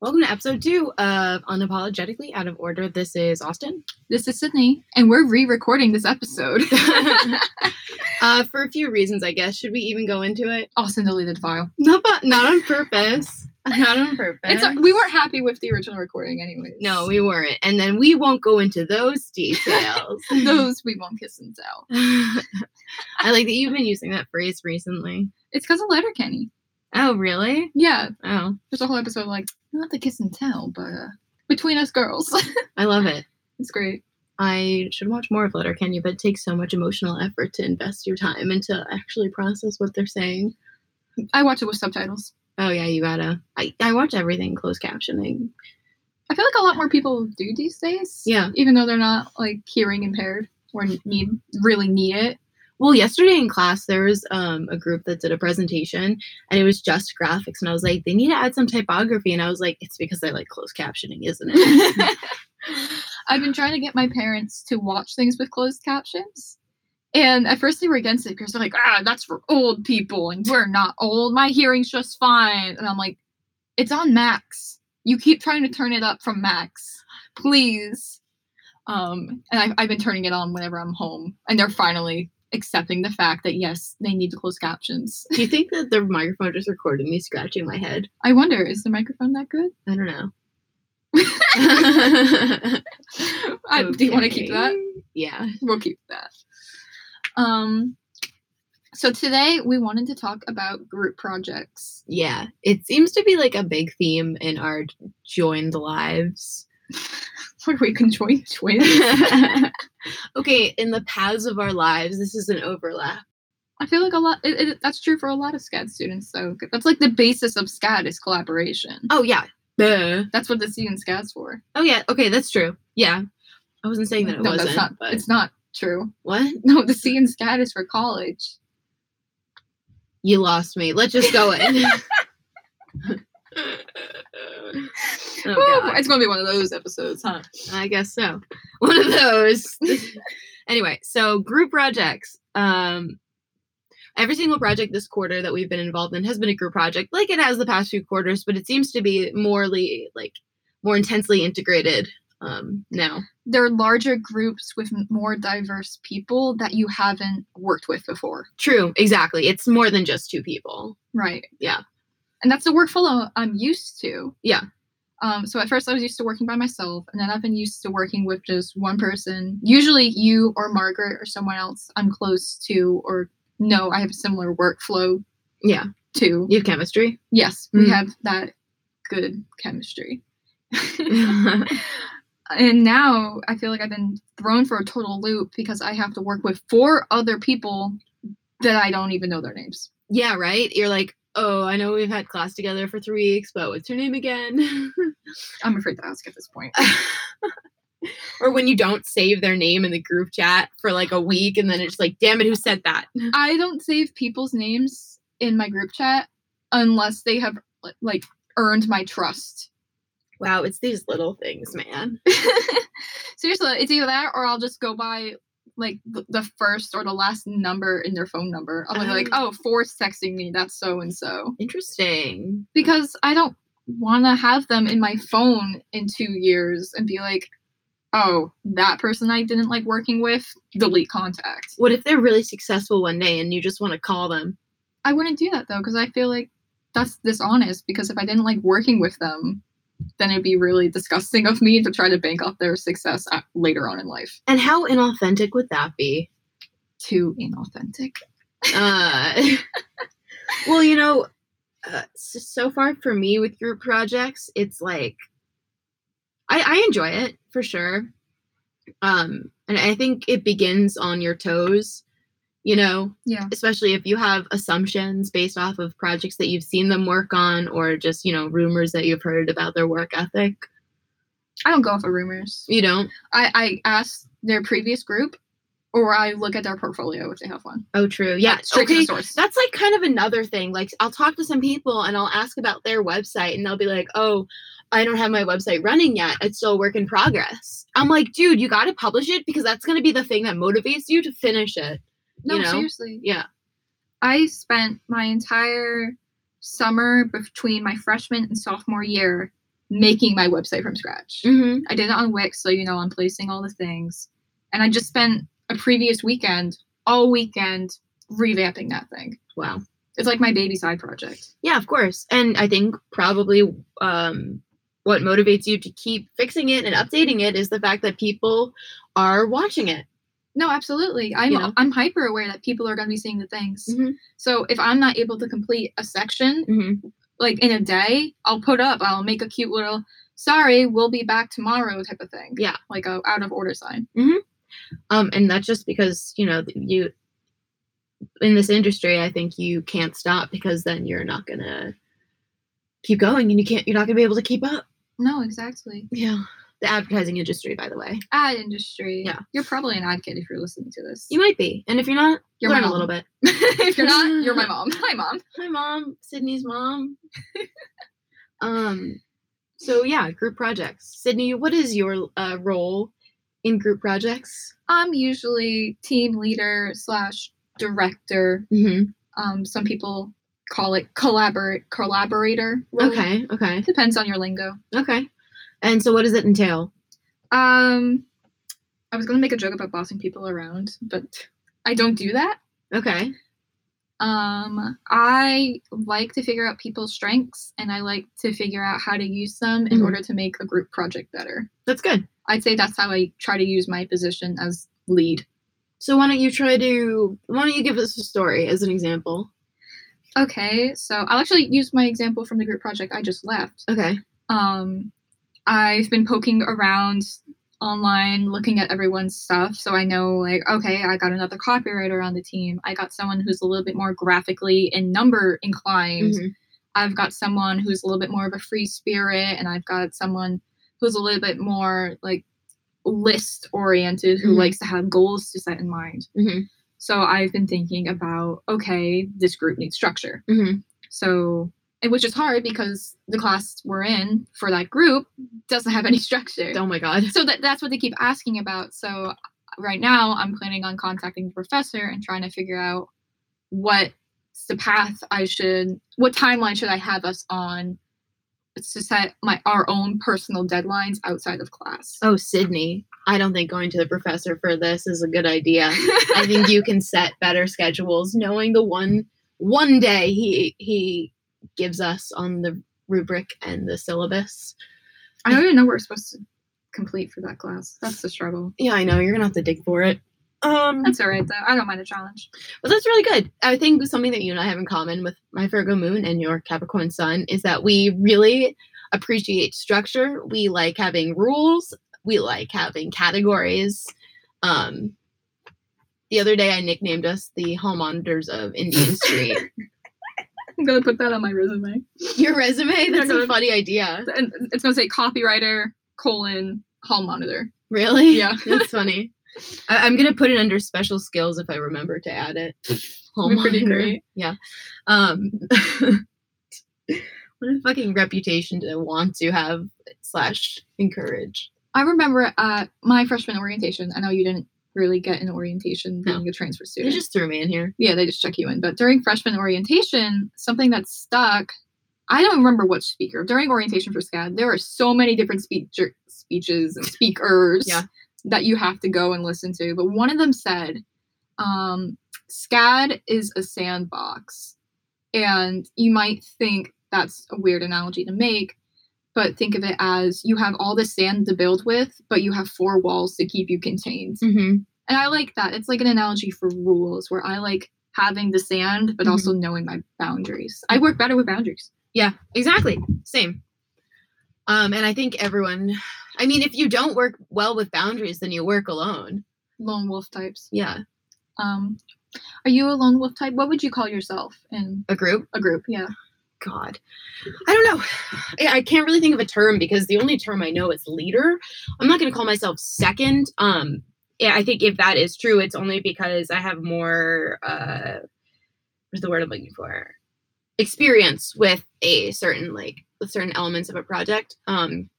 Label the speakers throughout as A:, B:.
A: Welcome to episode two of Unapologetically Out of Order. This is Austin.
B: This is Sydney, and we're re recording this episode.
A: uh, for a few reasons, I guess. Should we even go into it?
B: Austin deleted the file.
A: Not, but not on purpose. Not on purpose.
B: It's, we weren't happy with the original recording, anyways.
A: no, we weren't. And then we won't go into those details.
B: those we won't kiss and tell.
A: I like that you've been using that phrase recently.
B: It's because of Letterkenny.
A: Oh, really?
B: Yeah,
A: Oh,
B: there's a whole episode of, like not the kiss and tell, but uh, between us girls.
A: I love it.
B: it's great.
A: I should watch more of Letterkenny, but it takes so much emotional effort to invest your time and to actually process what they're saying.
B: I watch it with subtitles.
A: Oh yeah, you gotta. I, I watch everything closed captioning.
B: I feel like a lot more people do these days.
A: Yeah.
B: even though they're not like hearing impaired or need really need it.
A: Well, yesterday in class there was um, a group that did a presentation, and it was just graphics, and I was like, they need to add some typography, and I was like, it's because I like closed captioning, isn't it?
B: I've been trying to get my parents to watch things with closed captions. And at first they were against it because they're like, ah, that's for old people and we're not old. My hearing's just fine. And I'm like, it's on max. You keep trying to turn it up from max. Please. Um, and I've, I've been turning it on whenever I'm home. And they're finally accepting the fact that, yes, they need the closed captions.
A: Do you think that the microphone just recorded me scratching my head?
B: I wonder, is the microphone that good?
A: I don't know.
B: I, Do you want to keep
A: Okay.
B: that?
A: Yeah.
B: we'll keep that. Um, so today we wanted to talk about group projects.
A: Yeah. It seems to be like a big theme in our joined lives.
B: What are we conjoined twins?
A: okay, in the paths of our lives, this is an overlap.
B: I feel like a lot. It, it, that's true for a lot of SCAD students. So that's like the basis of SCAD is collaboration.
A: Oh yeah. Duh.
B: That's what the C in SCAD's for.
A: Oh yeah. Okay, that's true. Yeah, I wasn't saying that it
B: no,
A: wasn't.
B: that's not.
A: but
B: It's not true.
A: what?
B: No, the C in SCAD is for college.
A: You lost me. Let's just go in. Oh,
B: Woo,
A: God.
B: it's gonna be one of those episodes, huh?
A: I guess so. One of those. anyway, so group projects. Um, every single project this quarter that we've been involved in has been a group project, like it has the past few quarters, but it seems to be morely like more intensely integrated um, now.
B: They're larger groups with m- more diverse people that you haven't worked with before.
A: True, exactly. It's more than just two people.
B: Right.
A: Yeah.
B: And that's the workflow I'm used to.
A: Yeah.
B: Um, so at first I was used to working by myself, and then I've been used to working with just one person. Usually you or Margaret or someone else I'm close to or know I have a similar workflow
A: Yeah,
B: to.
A: you have chemistry.
B: Yes, we
A: Mhm.
B: have that good chemistry.
A: Mm-hmm. yeah,
B: and now I feel like I've been thrown for a total loop because I have to work with four other people that I don't even know their names.
A: right. You're like, oh, I know we've had class together for three weeks, but what's her name again?
B: I'm afraid to ask at this point.
A: or when you don't save their name in the group chat for like a week and then it's like damn it who said that
B: I don't save people's names in my group chat unless they have li- like earned my trust.
A: wow it's these little things man
B: Seriously, it's either that or I'll just go by like th- the first or the last number in their phone number. I'll be like, oh, four's texting me. That's so and so.
A: interesting
B: Because I don't want to have them in my phone in two years and be like, oh, that person I didn't like working with, delete contact.
A: what if they're really successful one day and you just want to call them
B: I wouldn't do that though, because I feel like that's dishonest. Because if I didn't like working with them, then it'd be really disgusting of me to try to bank off their success at, later on in life.
A: and how inauthentic would that be
B: Too inauthentic.
A: uh well you know uh, s- so far for me with group projects it's like i i enjoy it for sure um and i think it begins on your toes you know
B: Yeah.
A: especially if you have assumptions based off of projects that you've seen them work on or just you know rumors that you've heard about their work ethic
B: I don't go off of rumors.
A: you don't
B: I, I ask their previous group or I look at their portfolio if they have one.
A: oh true yeah
B: Like, straight to the
A: okay
B: source.
A: that's like kind of another thing like i'll talk to some people and i'll ask about their website and they'll be like oh i don't have my website running yet it's still a work in progress i'm like dude you got to publish it because that's going to be the thing that motivates you to finish it
B: no,
A: you know?
B: seriously.
A: yeah
B: I spent my entire summer between my freshman and sophomore year making my website from scratch.
A: Mm-hmm.
B: I did it on Wix, so you know I'm placing all the things. And I just spent a previous weekend, all weekend, revamping that thing.
A: Wow.
B: It's like my baby side project.
A: Yeah, of course. And I think probably um, what motivates you to keep fixing it and updating it is the fact that people are watching it.
B: No, absolutely. I'm
A: You know?
B: I'm hyper aware that people are going to be seeing the things.
A: Mhm.
B: So if I'm not able to complete a section
A: Mm-hmm.
B: like in a day, I'll put up. I'll make a cute little sorry, we'll be back tomorrow type of thing.
A: Yeah.
B: like a out of order sign.
A: Um, and that's just because you know th- you in this industry, I think you can't stop because then you're not gonna keep going, and you can't. You're not gonna be able to keep up.
B: No, exactly.
A: Yeah. The advertising industry, by the way,
B: Ad industry.
A: Yeah.
B: you're probably an ad kid if you're listening to this.
A: you might be, and if you're not,
B: You're
A: learn
B: my
A: a little bit.
B: if you're not, you're my mom. Hi, mom.
A: Hi, mom. Sydney's mom. um, so yeah, group projects. Sydney, what is your uh, role in group projects?
B: I'm usually team leader slash director.
A: Mm-hmm.
B: Um, some people call it collaborate collaborator. role.
A: Okay, okay,
B: depends on your lingo.
A: okay. And so, what does it entail?
B: Um, I was gonna make a joke about bossing people around, but I don't do that.
A: Okay.
B: Um, I like to figure out people's strengths, and I like to figure out how to use them in
A: Mhm.
B: order to make a group project better.
A: That's good.
B: I'd say that's how I try to use my position as lead.
A: So why don't you try to why don't you give us a story as an example?
B: Okay, so I'll actually use my example from the group project I just left.
A: Okay.
B: um i've been poking around online looking at everyone's stuff so i know like okay i got another copywriter on the team i got someone who's a little bit more graphically and number inclined
A: Mhm.
B: i've got someone who's a little bit more of a free spirit and i've got someone who's a little bit more like list oriented who
A: Mhm.
B: likes to have goals to set in mind
A: Mhm.
B: so i've been thinking about okay this group needs structure
A: Mhm.
B: so, and which is hard because the class we're in for that group doesn't have any structure.
A: Oh my god.
B: So that that's what they keep asking about. So right now, I'm planning on contacting the professor and trying to figure out what's the path I should, what timeline should I have us on to set my our own personal deadlines outside of class.
A: Oh, Sydney, I don't think going to the professor for this is a good idea. I think you can set better schedules knowing the one one day he he gives us on the rubric and the syllabus.
B: I don't even know what we're supposed to complete for that class. That's the struggle.
A: Yeah, I know you're going to have to dig for it. Um
B: That's all right though. I don't mind a challenge.
A: Well, that's really good. I think something that you and I have in common with my Virgo moon and your Capricorn sun is that we really appreciate structure. We like having rules. We like having categories. Um, the other day, I nicknamed us the hall monitors of Indian Street.
B: I'm gonna put that on my resume.
A: your resume? That's
B: They're
A: a
B: gonna-
A: funny idea.
B: and it's gonna say copywriter colon hall monitor.
A: Really?
B: Yeah.
A: that's funny. I- I'm gonna put it under special skills if I remember to add it. Hall
B: We're pretty
A: monitor.
B: great.
A: Yeah. Um, what a fucking reputation to want to have slash encourage.
B: I remember at my freshman orientation. I know you didn't really get an orientation
A: No.
B: being a transfer
A: They
B: student.
A: just threw me in here.
B: yeah, they just check you in. But during freshman orientation, something that stuck. I don't remember what speaker. During orientation for SCAD, there are so many different speecher, speeches and speakers
A: Yeah.
B: that you have to go and listen to. But one of them said, um, SCAD is a sandbox. And you might think that's a weird analogy to make, but think of it as you have all the sand to build with, but you have four walls to keep you contained.
A: Mm-hmm.
B: And I like that. It's like an analogy for rules where I like having the sand, but
A: Mm-hmm.
B: also knowing my boundaries. I work better with boundaries.
A: Yeah, exactly. Same. Um, and I think everyone. I mean, if you don't work well with boundaries, then you work alone.
B: Lone wolf types.
A: Yeah,
B: Um, are you a lone wolf type? What would you call yourself in
A: a group.
B: a group? Yeah.
A: God, I don't know. I, I can't really think of a term because the only term I know is leader. I'm not going to call myself second. Um, yeah, I think if that is true, it's only because I have more. Uh, what's the word I'm looking for? Experience with a certain like with certain elements of a project. Um,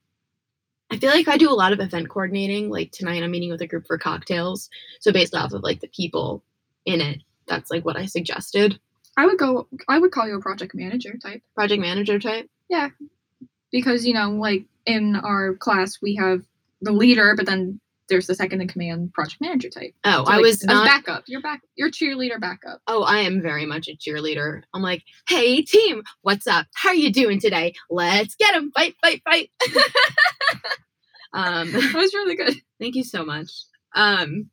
A: I feel like I do a lot of event coordinating. Like tonight, I'm meeting with a group for cocktails. So based off of like the people in it, that's like what I suggested.
B: I would go I would call you a project manager type
A: Project manager type.
B: because you know like in our class we have the leader but then there's the second in command project manager type
A: Oh,
B: So,
A: I
B: like,
A: was
B: as
A: not.
B: backup you're back you're cheerleader backup
A: oh, I am very much a cheerleader. I'm like, hey team, what's up? How are you doing today? Let's get them! Fight, fight, fight. um,
B: that was really good
A: thank you so much. Um,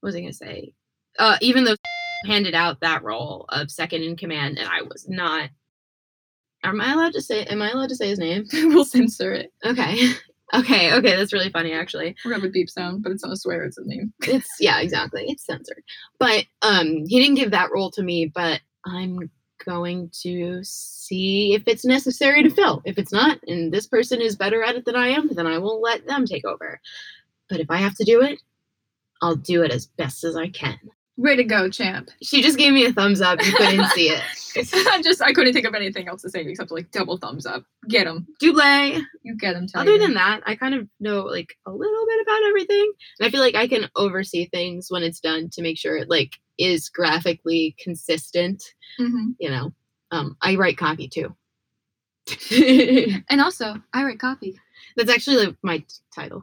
A: what was I gonna say? Uh, even though handed out that role of second in command, and I was not. Am I allowed to say? Am I allowed to say his name?
B: we'll censor it
A: Okay. Okay, okay, that's really funny actually.
B: we're gonna have a beep sound but it's not a swear it's a name
A: It's yeah, exactly. It's censored. But um he didn't give that role to me, but I'm going to see if it's necessary to fill. If it's not, and this person is better at it than I am, then I will let them take over. But if I have to do it, I'll do it as best as I can.
B: way to go champ
A: She just gave me a thumbs up. You couldn't see it.
B: i just i couldn't think of anything else to say except like double thumbs up get him
A: Dublay.
B: you get him
A: other than that i kind of know like a little bit about everything and i feel like i can oversee things when it's done to make sure it like is graphically consistent
B: hmm
A: you know um i write copy too
B: and also i write copy
A: that's actually like, my t- title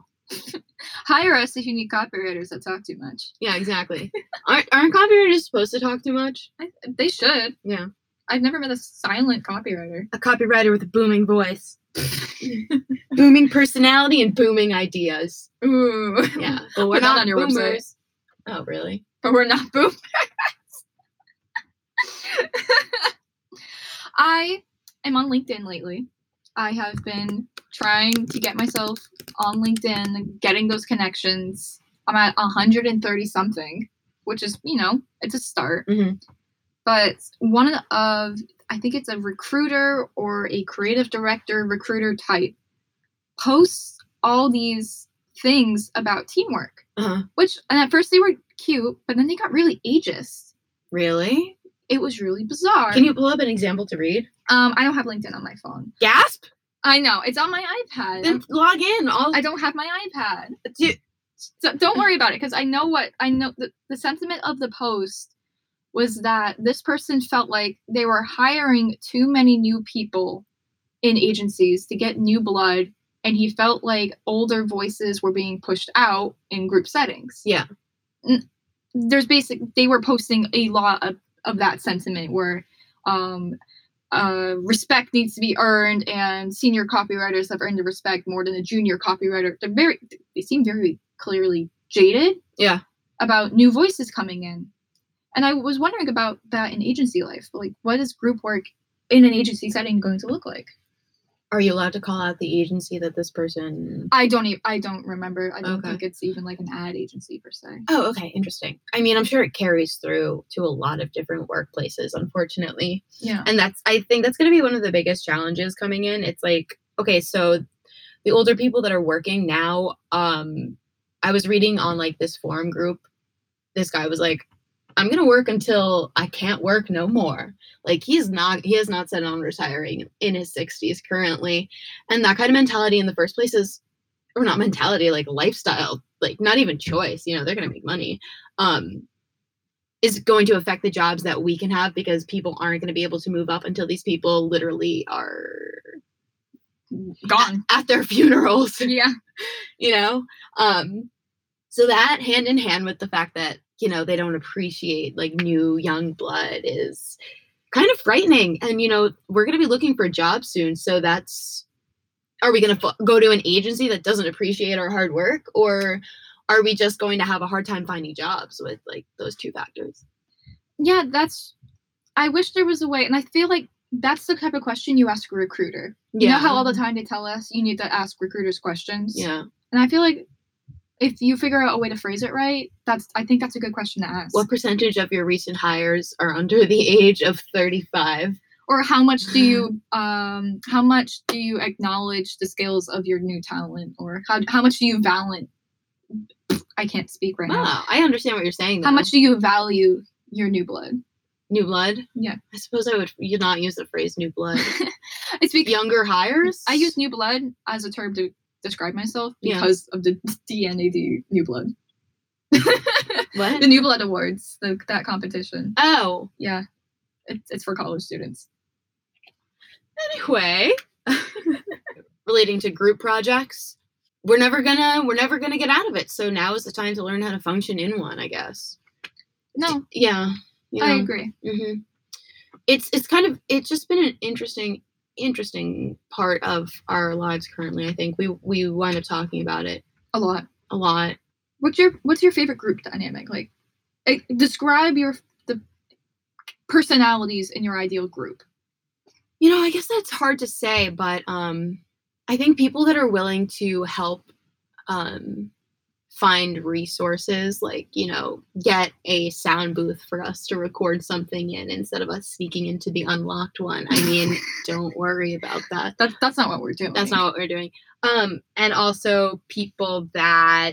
B: hire us if you need copywriters that talk too much
A: yeah exactly aren't, aren't copywriters supposed to talk too much
B: I, they should
A: Yeah.
B: i've never met a silent copywriter
A: a copywriter with a booming voice booming personality and booming ideas
B: ooh
A: yeah but we're
B: Put that
A: not,
B: on your website.
A: boomers oh really
B: but we're not boomers. I am on LinkedIn lately. I have been trying to get myself on LinkedIn, getting those connections. I'm at 130 something, which is, you know, it's a start.
A: Mhm.
B: But one of, I think it's a recruiter or a creative director recruiter type posts all these things about teamwork.
A: uh-huh.
B: Which and at first they were cute, but then they got really ageist.
A: really
B: It was really bizarre.
A: can you pull up an example to read
B: um, I don't have LinkedIn on my phone.
A: gasp
B: I know it's on my iPad.
A: then log in all
B: I don't have my iPad.
A: do,
B: So don't worry about it because I know what I know. The, the sentiment of the post was that this person felt like they were hiring too many new people in agencies to get new blood, and he felt like older voices were being pushed out in group settings.
A: Yeah.
B: N- There's basic. They were posting a lot of, of that sentiment where um, uh, respect needs to be earned, and senior copywriters have earned the respect more than a junior copywriter. They're very, they seem very clearly jaded.
A: Yeah.
B: About new voices coming in, and I was wondering about that in agency life. Like, what is group work in an agency setting going to look like?
A: Are you allowed to call out the agency that this person?
B: I don't, even, I don't remember. I don't
A: Okay.
B: think it's even like an ad agency per se.
A: Oh, okay, interesting. I mean, I'm sure it carries through to a lot of different workplaces, unfortunately.
B: Yeah.
A: And that's I think that's going to be one of the biggest challenges coming in. It's like, okay, so the older people that are working now um I was reading on like this forum group. This guy was like, "I'm going to work until I can't work no more." Like he's not he has not said on retiring in his 60s currently. And that kind of mentality in the first place is or not mentality, like lifestyle, like not even choice, you know, they're going to make money. Um is going to affect the jobs that we can have because people aren't going to be able to move up until these people literally are
B: Gone.
A: at their funerals,
B: yeah.
A: you know? Um, so that hand in hand with the fact that, you know, they don't appreciate like new young blood is kind of frightening. And, you know, we're going to be looking for a job soon. So that's, are we going to f- go to an agency that doesn't appreciate our hard work or are we just going to have a hard time finding jobs with like those two factors?
B: Yeah. That's. I wish there was a way, and I feel like that's the type of question you ask a recruiter. You know how all the time they tell us you need to ask recruiters questions?
A: yeah.
B: And I feel like if you figure out a way to phrase it right, that's I think that's a good question to ask.
A: What percentage of your recent hires are under the age of 35?
B: Or how much do you um how much do you acknowledge the skills of your new talent or how how much do you value I can't speak right now.
A: Wow, I understand what you're saying.
B: How
A: though.
B: much do you value your new blood?
A: new blood?
B: Yeah.
A: I suppose I would you not use the phrase new blood.
B: I speak
A: Younger hires?
B: I use new blood as a term to describe myself
A: Yeah.
B: because of the DNAD new blood.
A: what?
B: The New Blood Awards, the, that competition.
A: Oh,
B: Yeah. It's, it's for college students.
A: anyway. relating to group projects we're never gonna we're never gonna get out of it so now is the time to learn how to function in one i guess
B: No,
A: yeah you
B: I
A: know?
B: agree.
A: hmm It's it's kind of it's just been an interesting interesting part of our lives currently. I think we we wind up talking about it
B: A lot.
A: a lot.
B: What's your What's your favorite group dynamic? Like, eh, describe your the personalities in your ideal group.
A: You know, I guess that's hard to say, but um, I think people that are willing to help um, find resources, like you know, get a sound booth for us to record something in instead of us sneaking into the unlocked one. I mean, don't worry about that.
B: That's That's not what we're doing.
A: That's not what we're doing. Um, and also people that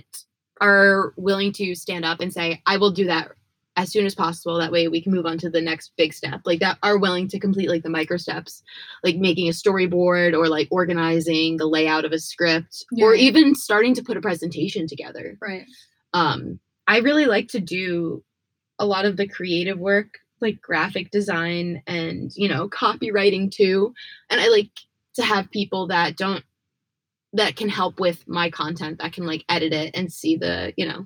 A: are willing to stand up and say, I will do that as soon as possible. That way we can move on to the next big step. Like that are willing to complete like the micro steps, like making a storyboard or like organizing the layout of a script or
B: Yeah.
A: even starting to put a presentation together.
B: right.
A: Um, I really like to do a lot of the creative work, like graphic design and, you know, copywriting too. And I like to have people that don't, that can help with my content, that can like edit it and see the, you know.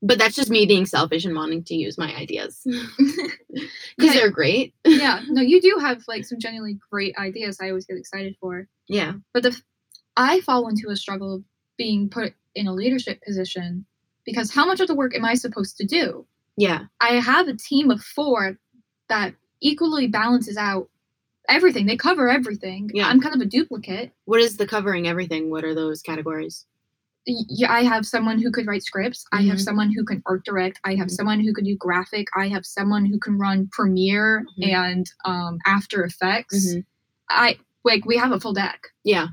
A: But that's just me being selfish and wanting to use my ideas because
B: Yeah.
A: they're great.
B: yeah. No, you do have like some genuinely great ideas. I always get excited for.
A: Yeah.
B: But the, I fall into a struggle of being put in a leadership position because how much of the work am I supposed to do?
A: Yeah.
B: I have a team of four that equally balances out everything. They cover everything.
A: Yeah.
B: I'm kind of a duplicate.
A: What is the covering everything? What are those categories?
B: Y- Yeah, I have someone who could write scripts. I have
A: Mhm.
B: someone who can art direct. I have
A: Mhm.
B: someone who can do graphic. I have someone who can run Premiere
A: Mhm.
B: and um, After Effects.
A: Mhm.
B: I like we have a full deck.
A: Yeah.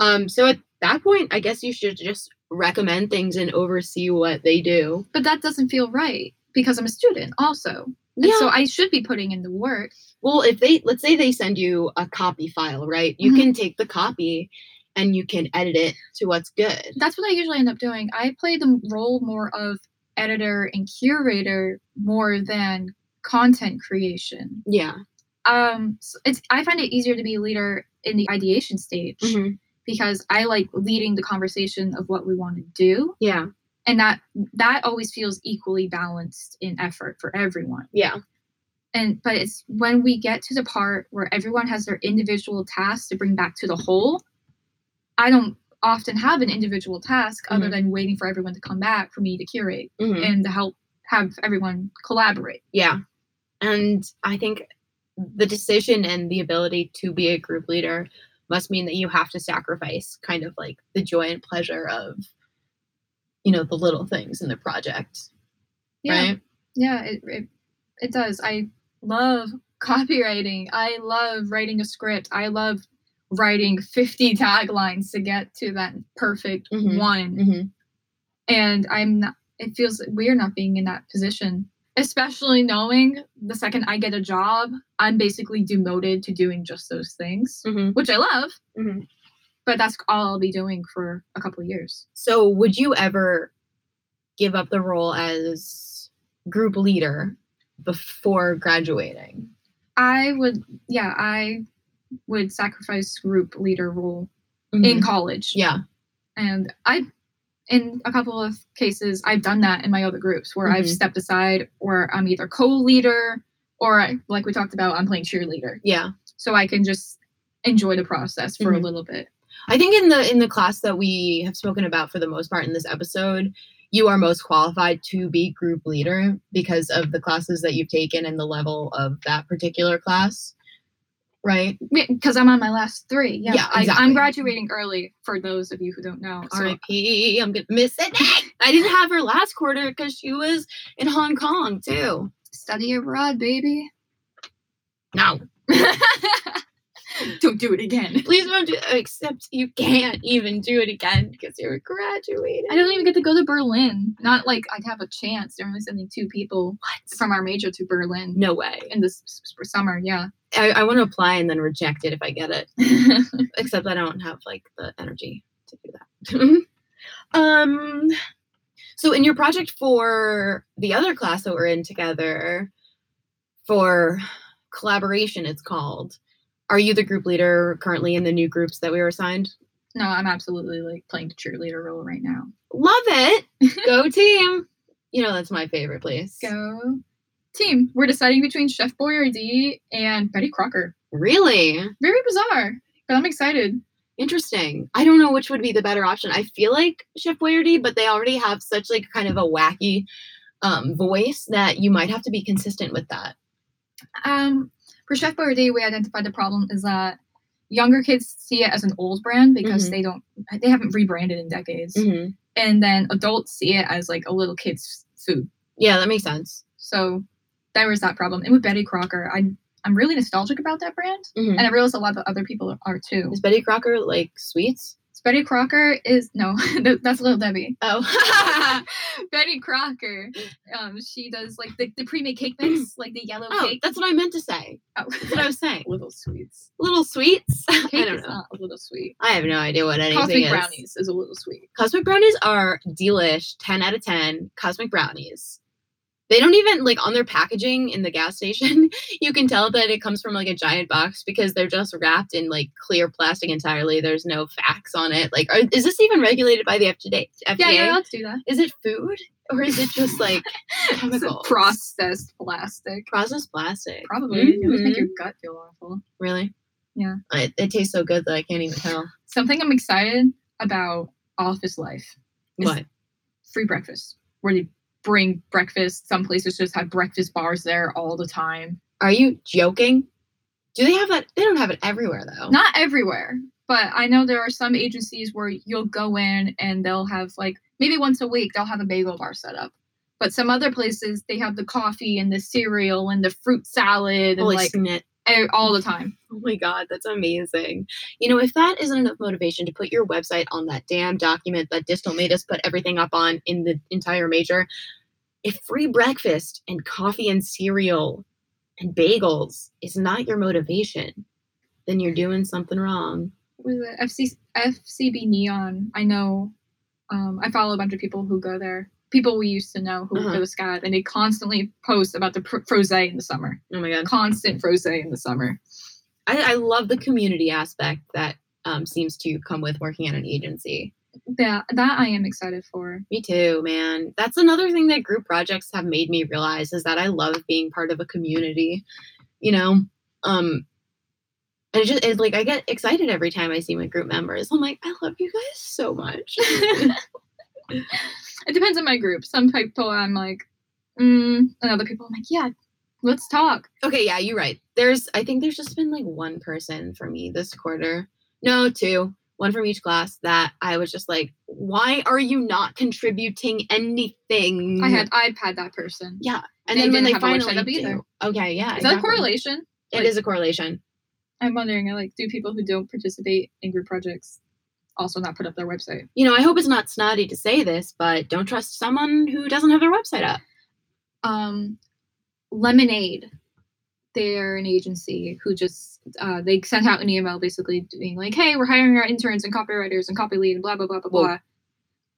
A: Um, so at that point, I guess you should just recommend things and oversee what they do.
B: but that doesn't feel right because I'm a student also. And
A: Yeah.
B: so I should be putting in the work.
A: well, if they let's say they send you a copy file, right? You
B: Mhm.
A: can take the copy and you can edit it to what's good.
B: That's what I usually end up doing. I play the role more of editor and curator more than content creation.
A: Yeah.
B: Um s- it's I find it easier to be a leader in the ideation stage
A: Mm-hmm.
B: because I like leading the conversation of what we want to do
A: Yeah.
B: and that that always feels equally balanced in effort for everyone.
A: Yeah.
B: and but it's when we get to the part where everyone has their individual tasks to bring back to the whole i don't often have an individual task other
A: Mhm.
B: than waiting for everyone to come back for me to curate
A: Mhm.
B: and to help have everyone collaborate
A: Yeah. And I think the decision and the ability to be a group leader must mean that you have to sacrifice kind of like the joy and pleasure of you know the little things in the project,
B: yeah
A: right?
B: yeah it, it, it does i love copywriting i love writing a script i love writing 50 taglines to get to that perfect
A: Mhm.
B: one
A: Mm-hmm.
B: and I'm not, it feels weird not being in that position, especially knowing the second I get a job, I'm basically demoted to doing just those things,
A: Mm-hmm.
B: which I love,
A: Mhm.
B: but that's all I'll be doing for a couple of years.
A: So, would you ever give up the role as group leader before graduating?
B: I would, yeah, I would sacrifice group leader role in college.
A: Mm-hmm. yeah.
B: And I, in a couple of cases, I've done that in my other groups where I've
A: Mhm.
B: stepped aside or I'm either co leader or, I, like we talked about, I'm playing cheerleader.
A: Yeah.
B: so I can just enjoy the process for a
A: Mhm.
B: little bit.
A: I think in the in the class that we have spoken about for the most part in this episode, you are most qualified to be group leader because of the classes that you've taken and the level of that particular class. Right?
B: Because I'm on my last three. Yeah,
A: Yeah,
B: I, I'm
A: exactly.
B: graduating early for those of you who don't know. So
A: RIP. I'm gonna miss it. I didn't have her last quarter because she was in Hong Kong too.
B: study abroad, baby.
A: No.
B: don't do it again.
A: Please don't do except you can't even do it again because you're graduating.
B: I don't even get to go to Berlin. Not like I'd have a chance. They're only sending two people
A: what?
B: from our major to Berlin
A: No way.
B: in this s- s- summer. Yeah.
A: I, I want to apply and then reject it if I get it. Except I don't have like the energy to do that. um so in your project for the other class that we're in together for collaboration it's called Are you the group leader currently in the new groups that we were assigned?
B: No, I'm absolutely like playing the cheerleader role right now.
A: Love it. Go team. You know that's my favorite place.
B: Go team. We're deciding between Chef Boyardee and Betty Crocker.
A: Really
B: Very bizarre, but I'm excited.
A: interesting. I don't know which would be the better option. I feel like Chef Boyardee, but they already have such like kind of a wacky um, voice that you might have to be consistent with that.
B: Um, for Chef Boyardee, we identified the problem is that younger kids see it as an old brand because
A: Mhm.
B: they don't they haven't rebranded in decades,
A: Mhm.
B: and then adults see it as like a little kid's food.
A: Yeah, that makes sense.
B: So there was that problem. And with Betty Crocker, I I'm really nostalgic about that brand,
A: Mhm.
B: and I realize a lot of other people are too.
A: Is Betty Crocker like sweets?
B: Betty Crocker is no, th- that's Little Debbie.
A: Oh,
B: Betty Crocker, um, she does like the, the pre-made cake mix, like the yellow
A: oh,
B: cake.
A: that's what I meant to say.
B: Oh.
A: That's what I was saying.
B: little sweets.
A: Little sweets. I
B: Cake
A: don't
B: is
A: know.
B: not a little sweet.
A: I have no idea what anything
B: Cosmic
A: is.
B: brownies is a little sweet.
A: Cosmic brownies are delish. Ten out of ten. Cosmic brownies. They don't even like on their packaging in the gas station. You can tell that it comes from like a giant box because they're just wrapped in like clear plastic entirely. There's no facts on it. Like, are, is this even regulated by the FDA?
B: Yeah, yeah, let's do that.
A: Is it food or is it just like
B: It's a
A: Chemicals.
B: processed plastic.
A: processed plastic? Mm-hmm.
B: Probably it would make your gut feel awful.
A: Really?
B: Yeah.
A: It, it tastes so good that I can't even tell.
B: Something I'm excited about office life. Is-
A: What?
B: free breakfast where they bring breakfast. Some places just have breakfast bars there all the time.
A: Are you joking? Do they have that? They don't have it everywhere though.
B: Not everywhere, but I know there are some agencies where you'll go in and they'll have like maybe once a week they'll have a bagel bar set up. But some other places they have the coffee and the cereal and the fruit salad and
A: Holy
B: like
A: snit.
B: e- all the time.
A: Oh my God, that's amazing. You know, if that isn't enough motivation to put your website on that damn document that Distal made us put everything up on in the entire major, if free breakfast and coffee and cereal and bagels is not your motivation, then you're doing something wrong.
B: What is it? FC FCB Neon. I know. Um, I follow a bunch of people who go there. People we used to know who would go
A: Uh-huh.
B: to SCAD, and they constantly post about the pr- froze in the summer.
A: Oh my God.
B: constant froze in the summer.
A: I, I love the community aspect that um, seems to come with working at an agency.
B: Yeah, that I am excited for.
A: Me too, man. That's another thing that group projects have made me realize is that I love being part of a community, you know? Um and it just it's like I get excited every time I see my group members. I'm like, I love you guys so much.
B: it depends on my group. Some people I'm like, mm, and other people I'm like, yeah, let's talk.
A: okay, yeah, you're right. There's I think there's just been like one person for me this quarter. No, two. One from each class that I was just like, why are you not contributing anything?
B: I had I've had that person.
A: yeah, and
B: they
A: then when
B: didn't
A: they
B: have a website
A: finally
B: up either.
A: do- okay, yeah,
B: Is that a
A: exactly.
B: correlation?
A: It
B: Like-
A: is a correlation.
B: I'm wondering, like, do people who don't participate in group projects also not put up their website?
A: you know, I hope it's not snotty to say this, but don't trust someone who doesn't have their website up.
B: um, Lemonade. They're an agency who just uh, they sent out an email basically being like, "Hey, we're hiring our interns and copywriters and copy lead and blah blah blah blah
A: Whoa.
B: blah."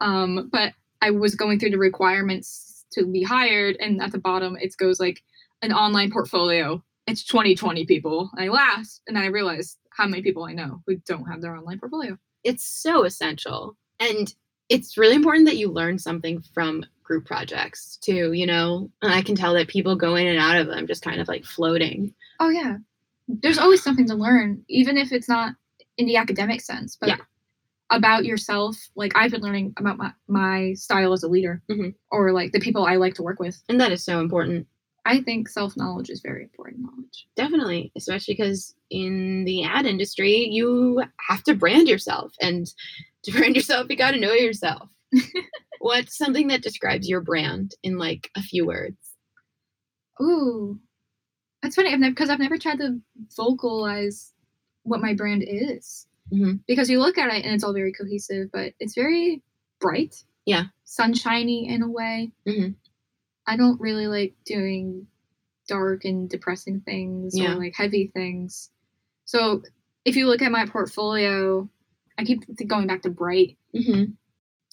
B: Um, but I was going through the requirements to be hired, and at the bottom it goes like an online portfolio. It's 2020 people. I laughed, and I realized how many people I know who don't have their online portfolio.
A: It's so essential. And it's really important that you learn something from group projects too, you know? And I can tell that people go in and out of them just kind of like floating.
B: Oh yeah. There's always something to learn, even if it's not in the academic sense, but
A: Yeah.
B: about yourself. Like I've been learning about my, my style as a leader
A: Mhm.
B: or like the people I like to work with.
A: And that is so important.
B: I think self knowledge is very important knowledge.
A: Definitely, especially because in the ad industry, you have to brand yourself. And to brand yourself, you got to know yourself. What's something that describes your brand in like a few words?
B: Ooh. That's funny. I've never because I've never tried to vocalize what my brand is.
A: Mhm.
B: Because you look at it and it's all very cohesive, but it's very bright.
A: Yeah.
B: Sunshiny in a way.
A: Mhm.
B: I don't really like doing dark and depressing things
A: Yeah.
B: or like heavy things. So if you look at my portfolio, I keep th- going back to bright.
A: hmm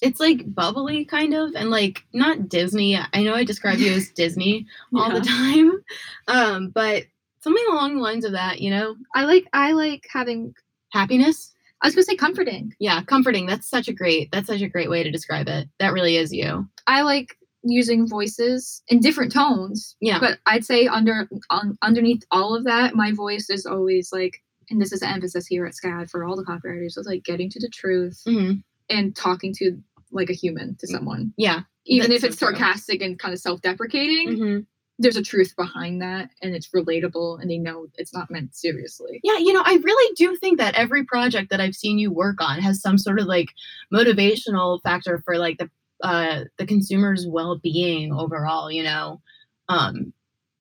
A: It's like bubbly, kind of, and like not Disney. I know I describe you as Disney all the time, um, but Something along the lines of that, you know?
B: I like I like having
A: Happiness?
B: I was gonna say comforting.
A: Yeah, comforting. That's such a great that's such a great way to describe it. That really is you.
B: I like using voices in different tones.
A: Yeah.
B: But I'd say under on, underneath all of that, my voice is always like, and this is the emphasis here at SCAD for all the copywriters, is like getting to the truth
A: hmm
B: and talking to like a human to someone.
A: Yeah.
B: Even
A: Mm. That's
B: if it's
A: so true.
B: sarcastic and kind of self deprecating,
A: hmm
B: there's a truth behind that and it's relatable and they know it's not meant seriously.
A: Yeah, you know, I really do think that every project that I've seen you work on has some sort of like motivational factor for like the uh the consumer's well-being overall, you know. Um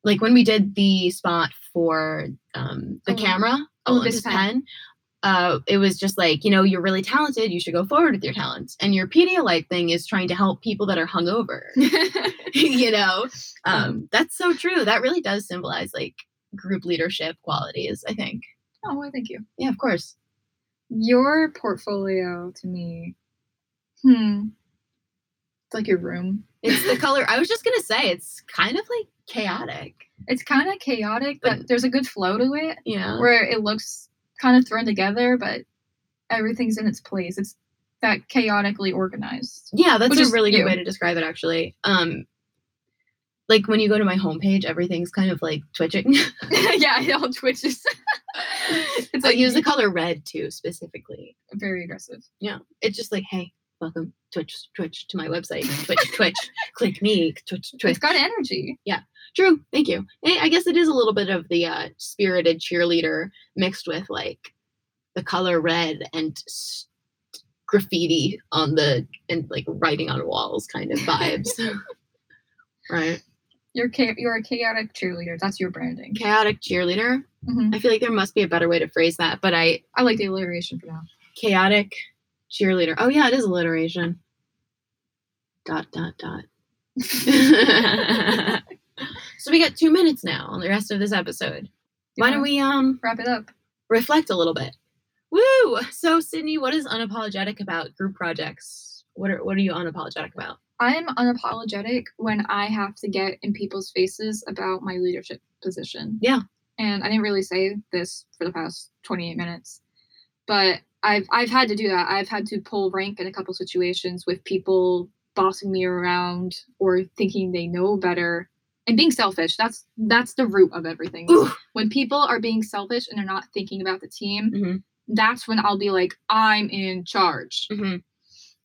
A: like when we did the spot for um the
B: Olymp-
A: camera, Olympus
B: Olympus
A: Pen.
B: Pen.
A: Uh, it was just like you know you're really talented you should go forward with your talents and your pedialyte thing is trying to help people that are hungover you know um, that's so true that really does symbolize like group leadership qualities i think
B: oh, well, thank you.
A: yeah, of course.
B: Your portfolio to me, hmm, it's like your room.
A: It's the color. I was just gonna say it's kind of like chaotic.
B: it's kind of chaotic, but there's a good flow to it
A: You know.
B: where it looks kind of thrown together, but everything's in its place. It's that chaotically organized.
A: Yeah, that's
B: Which
A: a
B: is
A: really good
B: you.
A: way to describe it actually. Um like when you go to my homepage, everything is kind of like twitching.
B: yeah, I know Twitch is. it's
A: I
B: like
A: use
B: use
A: the color red too specifically.
B: very aggressive.
A: Yeah. It's just like, hey, welcome Twitch Twitch to my website. Twitch Twitch. Click me. Twitch Twitch.
B: It's got energy.
A: True. Thank you. Eh, I guess it is a little bit of the uh, spirited cheerleader mixed with like the color red and s- graffiti on the and like writing on walls kind of vibes. right.
B: You're cha- you're a chaotic cheerleader. That's your branding.
A: Chaotic cheerleader.
B: Mhm.
A: I feel like there must be a better way to phrase that, but I
B: I like the alliteration for now.
A: chaotic cheerleader. Oh yeah, it is alliteration. Dot dot dot. so we got two minutes now on the rest of this episode. Why don't we um
B: wrap it up?
A: reflect a little bit. Woo! So, Sydney, what is unapologetic about group projects? What are what are you unapologetic about?
B: I'm unapologetic when I have to get in people's faces about my leadership position.
A: Yeah.
B: And I didn't really say this for the past 28 minutes, but I've I've had to do that. I've had to pull rank in a couple situations with people bossing me around or thinking they know better and being selfish. That's that's the root of everything.
A: Ooh.
B: When people are being selfish and they're not thinking about the team,
A: Mhm.
B: that's when I'll be like, I'm in charge.
A: Mhm.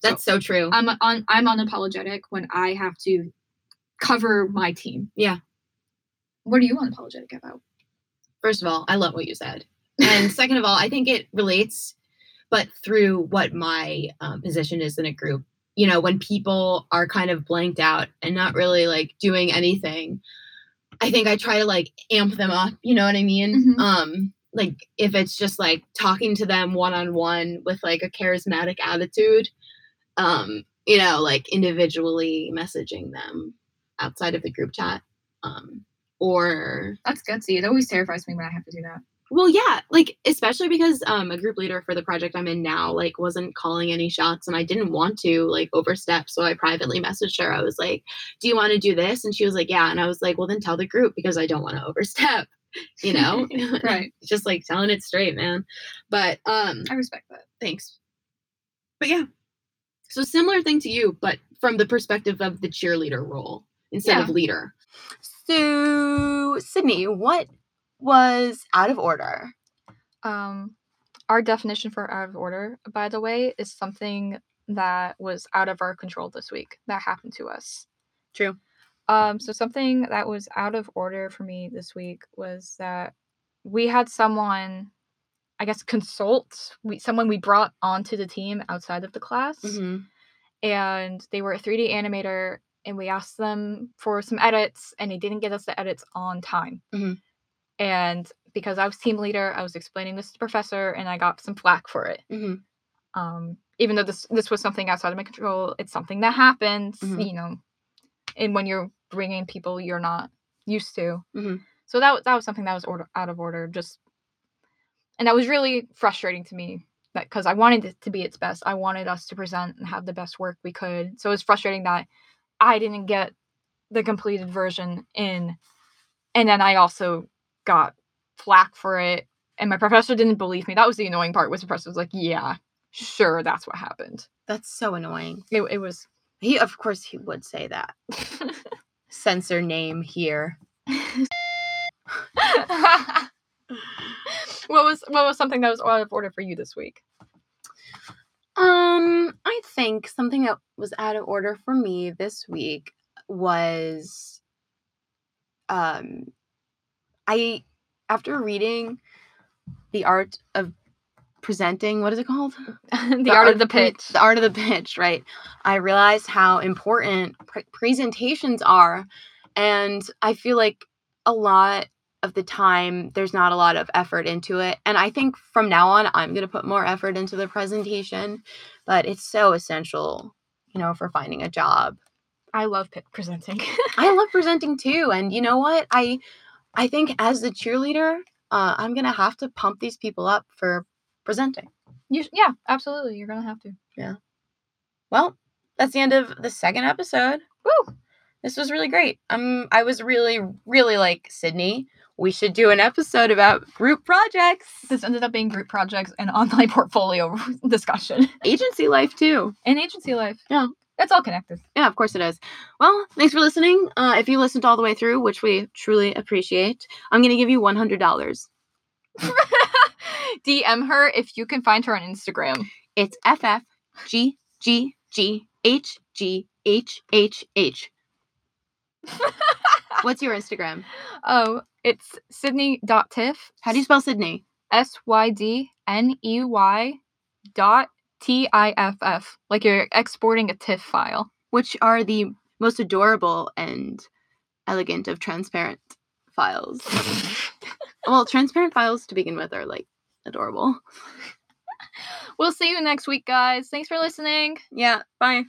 A: That's so, true.
B: I'm on I'm unapologetic when I have to cover my team.
A: Yeah.
B: What are you unapologetic about?
A: First of all, I love what you said, and second of all, I think it relates, but through what my um, position is in a group. You know, when people are kind of blanked out and not really like doing anything, I think I try to like amp them up. You know what I mean?
B: Mhm.
A: Um, like if it's just like talking to them one on one with like a charismatic attitude, um, you know, like individually messaging them outside of the group chat. Um, or
B: That's gutsy. It always terrifies me when I have to do that.
A: well, yeah, like especially because um, a group leader for the project I'm in now like wasn't calling any shots, and I didn't want to like overstep, so I privately messaged her. I was like, "Do you want to do this?" And she was like, "Yeah," and I was like, "Well, then tell the group because I don't want to overstep." You know,
B: Right.
A: just like telling it straight, man. But um,
B: I respect that.
A: thanks. But yeah, so similar thing to you, but from the perspective of the cheerleader role instead of leader. So, Sydney, what was out of order?
B: Um our definition for out of order, by the way, is something that was out of our control this week. That happened to us.
A: True.
B: Um, so something that was out of order for me this week was that we had someone, I guess, consult we, someone we brought onto the team outside of the class,
A: Mm-hmm,
B: and they were a 3D animator, and we asked them for some edits, and they didn't get us the edits on time.
A: Mhm.
B: And because I was team leader, I was explaining this to the professor, and I got some flack for it
A: Mm-hmm.
B: um, even though this this was something outside of my control, it's something that happens,
A: Mhm.
B: you know, and when you're bringing people you're not used to.
A: Mhm.
B: So that wa- that was something that was order, out of order, just, and that was really frustrating to me that because I wanted it to be its best, I wanted us to present and have the best work we could. So it's frustrating that I didn't get the completed version in, and then I also got flack for it. And my professor didn't believe me. That was the annoying part. Was the professor was like, "Yeah, sure, that's what happened."
A: That's so annoying.
B: It, it was.
A: He, of course, he would say that. Censor name here.
B: what was what was something that was out of order for you this week?
A: Um, I think something that was out of order for me this week was um I after reading The Art of Presenting, what is it called?
B: the, art, of the
A: pre-
B: pitch.
A: The art of the pitch, right? I realized how important pre- presentations are. And I feel like a lot of the time, there's not a lot of effort into it. And I think from now on, I'm going to put more effort into the presentation. But it's so essential, you know, for finding a job.
B: I love pit presenting.
A: I love presenting too. And you know what? I I think as the cheerleader, uh, I'm going to have to pump these people up for presenting.
B: you, sh- yeah, absolutely. You're gonna have to.
A: Well, that's the end of the second episode.
B: Woo!
A: This was really great. Um, I was really, really like Sydney. We should do an episode about group projects,
B: This ended up being group projects and online portfolio discussion
A: agency life too.
B: and agency life.
A: Yeah.
B: it's all connected.
A: Yeah, of course it is. Well, thanks for listening. Uh, if you listened all the way through, which we truly appreciate, I'm gonna give you one hundred dollars.
B: DM her if you can find her on Instagram.
A: It's F F G G G H G H H H. What's your Instagram?
B: Oh, it's sydney.tiff.
A: How do you spell Sydney?
B: S Y D N E Y dot T I F F. Like you're exporting a TIFF file.
A: which are the most adorable and elegant of transparent files. well, transparent files to begin with are like adorable.
B: We'll see you next week, guys. Thanks for listening.
A: Yeah, bye.